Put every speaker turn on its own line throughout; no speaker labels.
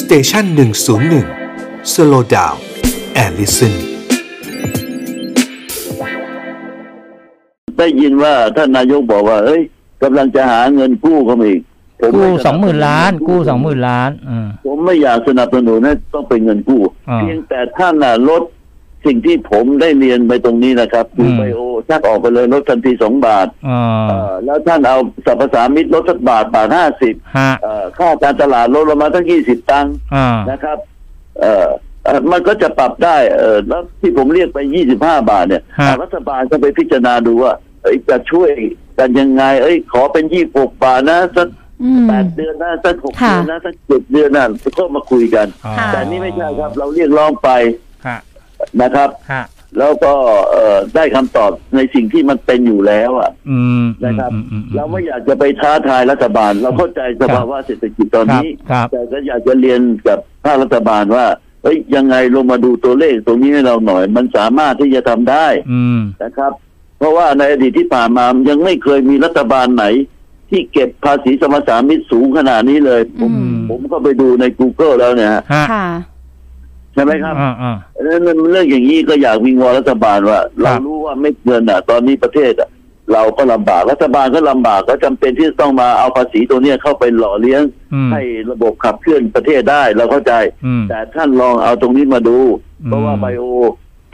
สเตชันหนึ่งศูนย์หนึ่งสโลดาวแอลลิสัน
ได้ยินว่าท่านนายกบอกว่า เอ้ยกำลังจะหาเงินกู้เขามาอีกผม
กู้
ไบ
สองหมื่นล้าน กู้สองหมื่นล้านอืม
ผมไม่อยากสนับสนุนให้ต้องเป็นเงินกู้
อ่า
เพียงแต่ท่านน่ะลดสิ่งที่ผมได้เรียนไปตรงนี้นะครับคืออ
ม
ไบโอชักออกไปเลยลดทันทีสองบาท
อ่า
เอ่อแล้วท่านเอาสรรพสามิตลดสักบาทบาทห้าสิบ
ฮะ
ค่าการตลาดลดลงมาทั้งยี่สิบตังค์
อ่า
นะครับ เอ่อเอ่อมันก็จะปรับได้ เออแล้วที่ผมเรียกไป 25 บาทเนี่ย
ฮะ
ทางรัฐบาลก็ไปพิจารณาดูว่าเอ้ยจะช่วยกันยังไง เอ้ย ขอเป็น 26 บาทนะสัก
อืม
แปดเดือนนะสักหก
ค่ะ
เดือนนะสักเจ็ดเดือนนะก็มาคุยกัน
อ๋อ
ค่ะ
แต่นี่ไม่ใช่ครับ เราเรียกร้องไป
ฮะ
นะครับ
ฮะ
แล้วก็เอ่อได้คำตอบในสิ่งที่มันเป็นอยู่แล้วอะ
อืมอื
นะ
ม
ครับ
อืมอืม
เราไม่อยากจะไปท้าทายรัฐบาล เราเข้าใจสภาวะเศรษฐกิจตอนนี้
ครับ
แต่ก็อยากจะเรียนกับภาครัฐบาลว่าเฮ้ยยังไงลงมาดูตัวเลขตรงนี้ให้เราหน่อย มันสามารถที่จะทำได้
อืม
นะครับ เพราะว่าในอดีตที่ผ่านมายังไม่เคยมีรัฐบาลไหน ที่เก็บภาษีสมรสามิตสูงขนาดนี้เลย ผม
อืม
ผมก็ไปดูใน Google แล้วเนี่ยฮะ
ฮะ
ค่ะ
ใช่ไหมครับ
อ่าอ่า
แล้วเรื่องอย่างนี้ก็อยากวิงวอนรัฐบาลว่า
ครั
เรา
บ
รู้ว่าไม่เกินอ่ะ ตอนนี้ประเทศอ่ะ เราก็ลำบากรัฐบาลก็ลำบากก็จำเป็นที่จะต้องมาเอาภาษีตัวเนี้ยเข้าไปหล่อเลี้ยง
อืม
ให้ระบบขับเคลื่อนประเทศได้เราเข้าใจ
อืม
แต่ท่านลองเอาตรงนี้มาดู
อืม
เพราะว่าไบโอ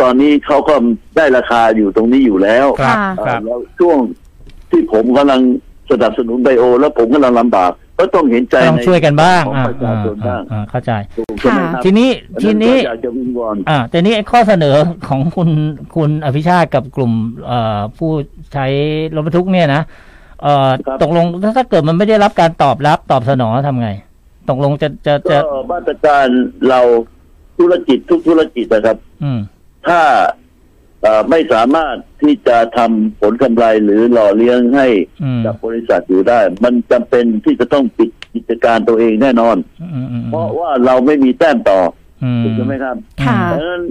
ตอนนี้เขาก็ได้ราคาอยู่ตรงนี้อยู่แล้ว
ครับ
ค่ะ
ครับ
แล้วช่วงที่ผมกำลังสนับสนุนไบโอ แล้วผมกำลังลำบาก ก็ต้องเห็นใจ
ต้อง
ใน
ช่วยกันบ้าง
ของ
อ่า
ประชา
อ่า
ชนบ้าง
อ่าเข้าใจ
ถูกใช่ไหมครับ
ทีนี้ทีนี้
ดังก็อยากจะวิงวอน
อ่าแต่นี่ไอ้ข้อเสนอของคุณคุณอภิชาติกับกลุ่มเอ่อผู้ใช้รถบรรทุกเนี่ยนะเอ่อ
ครับ
ตกลงถ้าถ้าเกิดมันไม่ได้รับการตอบรับตอบสนองทำไง ตกลงจะจะจะ
ก็มาตรการเราธุรกิจทุกธุรกิจนะครับ
อืม
ถ้าเอ่อไม่สามารถที่จะทำผลกำไรหรือหล่อเลี้ยงให้
อืม
กับบริษัทอยู่ได้ มันจำเป็นที่จะต้องปิดกิจการตัวเองแน่นอน
อืมอืม
เพราะว่าเราไม่มีแต้มต่อ
อื
อถูกไหมครับ
ค่ะ
เพราะฉะนั้น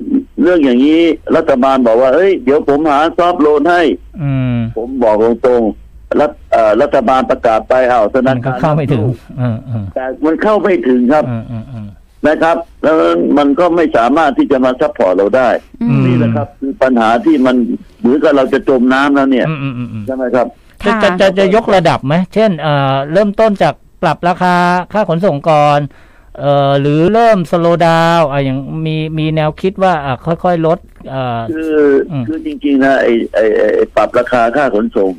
เรื่องอย่างนี้รัฐบาลบอกว่าเอ้ยเดี๋ยวผมหาซอฟต์โลนให้
อืม
ผมบอกตรงๆรัฐเอ่อรัฐบาลประกาศไปอ้าวธ
มั
นา
ก็
คาร
เข้าไม่ถึงอืมอืม
แต่มันเข้าไม่ถึงครับ
อืมอืมอืม
นะครับ แล้วมันก็ไม่สามารถที่จะมาซัพพอร์ตเราได้
อื
อื
ม
ม
นี่แหละครับคือปัญหาที่มันเหมือนกับเราจะจมน้ำแล้วเนี่ย
อืมอืมอืมอืม
ใช่ไหมครับ
จะ
ค่ะ
จะจะจะยกระดับไหม เช่นเอ่อเริ่มต้นจากปรับราคาค่าขนส่งก่อนเอ่อหรือเริ่มสโลดาวอ่ะอย่างมีมีแนวคิดว่าอ่ะค่อยๆลดเอ่อ
คืออ
ม
คือจริงๆนะไอ้ไอ้ไอ้ไอ้ปรับราคาค่าขนส่ง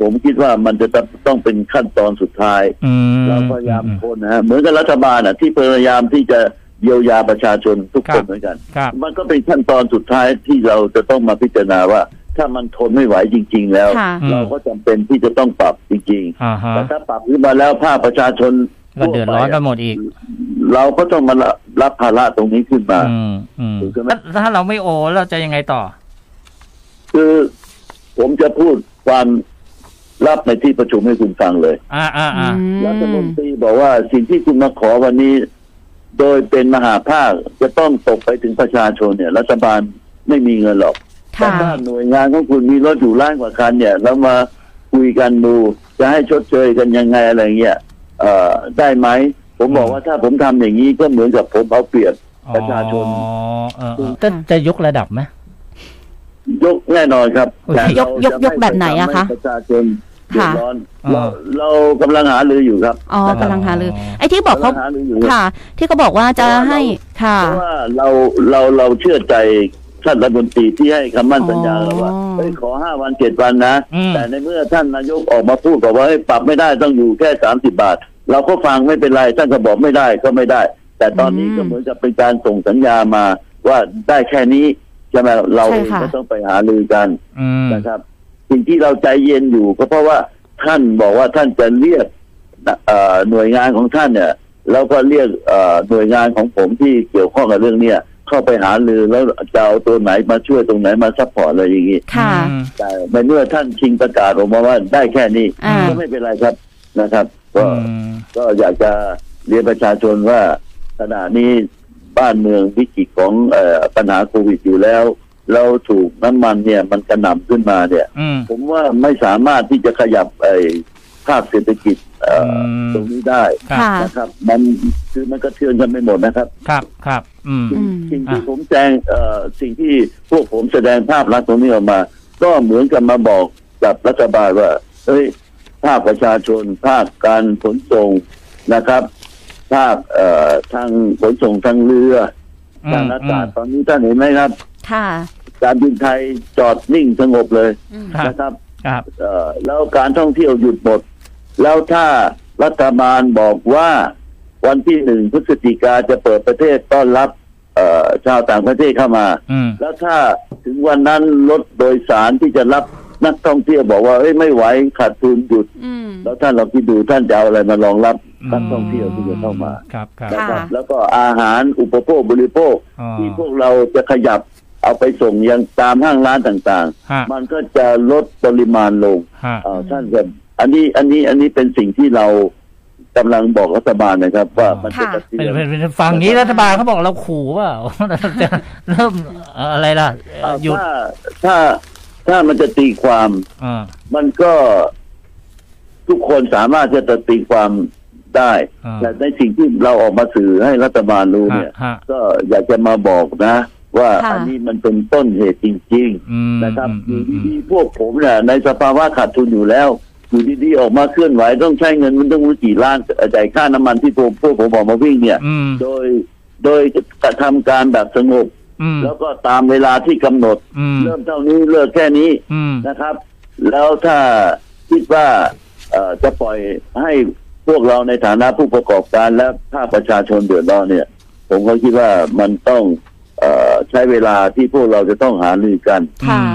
ผมคิดว่ามันจะต้องเป็นขั้นตอนสุดท้าย
อืม
เราพยายามคนนะฮะเหมือนกับรัฐบาลอ่ะ ที่พยายามที่จะเยียวยาประชาชนทุกคนเหมือนกัน
ครับ
มันก็เป็นขั้นตอนสุดท้ายที่เราจะต้องมาพิจารณาว่า ถ้ามันทนไม่ไหวจริง ๆ แล้ว
ค่ะ
เราก็จำเป็นที่จะต้องปรับจริง
อ่า
ๆ
ฮะ
แต่ถ้าปรับขึ้นมาแล้วภาคประชาชน
ก็เดือดร้อนกันหมดอีก
เราก็ต้องมารับภาระตรงนี้ขึ้นมา
อืมอืม
ถูกใช่ไหม
แล้วถ้าเราไม่โอเราจะยังไงต่อ
คือผมจะพูดความลับในที่ประชุมให้คุณฟังเลย
อ่าอ่าอ่า
รัฐมนตรีบอกว่าสิ่งที่คุณมาขอวันนี้ โดยเป็นมหาภาคจะต้องตกไปถึงประชาชนเนี่ย รัฐบาลไม่มีเงินหรอกแต่
ค่ะ
ถ้าหน่วยงานของคุณมีรถอยู่ล้านกว่าคันเนี่ยแล้วมาคุยกันดู จะให้ชดเชยกันยังไงอะไรเงี้ยเอ่อได้ไหม ผมบอกว่าถ้าผมทำอย่างนี้ก็เหมือนกับผมเอาเปรียบ ประชาชน
อ๋อเออเออจะจะยกระดับไหม
ยกแน่นอนครับ
โอเค
แต่เรา
ยก
จะ
ยกแบบไหนอะคะ
ม่ปทำให้ประชาชนเดือด
ค่ะ
ร้อน
อ่า
เราเรากำลังหารืออยู่ครับ
อ๋อกำลังหารือไอ้ที่บอกเขา
กำลังหารืออยู่ครับ
ค่ะ ที่เขาบอกว่าจะให้ค่ะ
เพราะว่าเราเราเราเชื่อใจท่านรัฐมนตรีที่ให้คำมั่นสัญญา
อ๋อ
เราว่าเฮ้ยขอห้าวันเจ็ดวันนะ
อืม
แต่ในเมื่อท่านนายกออกมาพูดบอกว่าเฮ้ยปรับไม่ได้ต้องอยู่แค่สามสิบาท เราก็ฟังไม่เป็นไรท่านก็บอกไม่ได้ก็ไม่ได้ แต่ตอนนี้ก็เหมือนกับเป็นการส่งสัญญามาว่าได้แค่นี้ใช่ไหมเรา
ใช่
เอง
ค่ะ
ก็ต้องไปหารือกัน
อืม
นะครับ สิ่งที่เราใจเย็นอยู่ก็เพราะว่าท่านบอกว่าท่านจะเรียกเอ่อหน่วยงานของท่านเนี่ยแล้วก็เรียกเอ่อหน่วยงานของผมที่เกี่ยวข้องกับเรื่องเนี้ยเข้าไปหารือแล้วจะเอาตัวไหนมาช่วยตรงไหนมาซัพพอร์ตอะไรอย่างงี้
ค่ะ
อืม
แต่ในเมื่อท่านชิงประกาศออกมาว่าได้แค่นี้
อ่า
ก็ไม่เป็นไรครับนะครับ ก็
อืม
ก็อยากจะเรียนประชาชนว่าขณะนี้บ้านเมืองวิกฤตของเออปัญหาโควิดอยู่แล้ว เราถูกน้ำมันเนี่ยมันกระหน่ำขึ้นมาเนี่ย
อืม
ผมว่าไม่สามารถที่จะขยับไอ้ ภาพเศรษฐกิจเอ่ออ
ม
ตรงนี้ได้
ครับ
ค่ะ
นะครับ มันคือมันกระเทือนกันไปหมดนะครับ
ครับครับอืม
อืม
สิ่งที่
อ่ะ
ผมแจงเอ่อสิ่งที่พวกผมแสดงภาพลักษณ์ตรงนี้ออกมา ก็เหมือนกับมาบอกกับรัฐบาลว่าเฮ้ยภาคประชาชน ภาคการขนส่งนะครับ ภาคเอ่อทางขนส่งทางเรือ
อื
ทาง
ม
อากาศตอนนี้ท่านเห็นไหมครับ
ค่ะ
การบินไทยจอดนิ่งสงบเลย
อืม
ครับ
นะครับ
ครับ
เอ่อแล้วการท่องเที่ยวหยุดหมด แล้วถ้ารัฐบาลบอกว่าวันที่หนึ่งพฤศจิกาจะเปิดประเทศต้อนรับ เอ่อชาวต่างประเทศเข้ามา
อืม
แล้วถ้าถึงวันนั้นรถโดยสารที่จะรับนักท่องเที่ยวบอกว่าเอ้ยไม่ไหวขาดทุนหยุด
อืม
แล้วท่านเราคิดดูท่านจะเอาอะไรมารองรับนักท่องเที่ยวที่จะเข้ามา
ครับครับ
นะ
ค่ะ
ครับแล้วก็อาหารอุปโภคบริโภค
อ๋อ
ที่พวกเราจะขยับเอาไปส่งยังตามห้างร้านต่าง
ฮะ
ๆ มันก็จะลดปริมาณลง
ฮะ
เอ่อท่านครับอันนี้อันนี้อันนี้เป็นสิ่งที่เรากำลังบอกรัฐบาลนะครับ ว่ามันจะ
ค่ะ
กระเทื
เป็น
อน
เป็นเป็นฝั่งนี้รัฐบาลเขาบอกเราขู่ เปล่า จะเริ่มเอ่ออะไรล่ะเอ่อ
เอ่อ
หยุด
ถ้าถ้าถ้ามันจะตีความ
อ่า
มันก็ทุกคนสามารถจะตีความได้
อ่า
แต่ในสิ่งที่เราออกมาสื่อให้รัฐบาลรู้
ฮะ
เนี่ย
ฮะ
ก็อยากจะมาบอกนะ ว่า
ค่ะ
อันนี้มันเป็นต้นเหตุจริง
อืม
ๆ นะครับ
อืมอืม
ดีๆพวกผมเนี่ยในสภาวะขาดทุนอยู่แล้วอยู่ดีๆออกมาเคลื่อนไหวต้องใช้เงินมันต้องรู้กี่ล้านจ่ายค่าน้ำมันที่พวกพวกผมออกมาวิ่งเนี่ย
อืม
โดยโดยกระทำการแบบสงบ
อืม
แล้วก็ตามเวลาที่กำหนด
อืม
เริ่มเท่านี้เลิกแค่นี้
อืม
นะครับ แล้วถ้าคิดว่าเอ่อจะปล่อยให้พวกเราในฐานะผู้ประกอบการและภาคประชาชนเดือดร้อนเนี่ย ผมก็คิดว่ามันต้องเออใช้เวลาที่พวกเราจะต้องหารือกัน
ค่ะ
อืม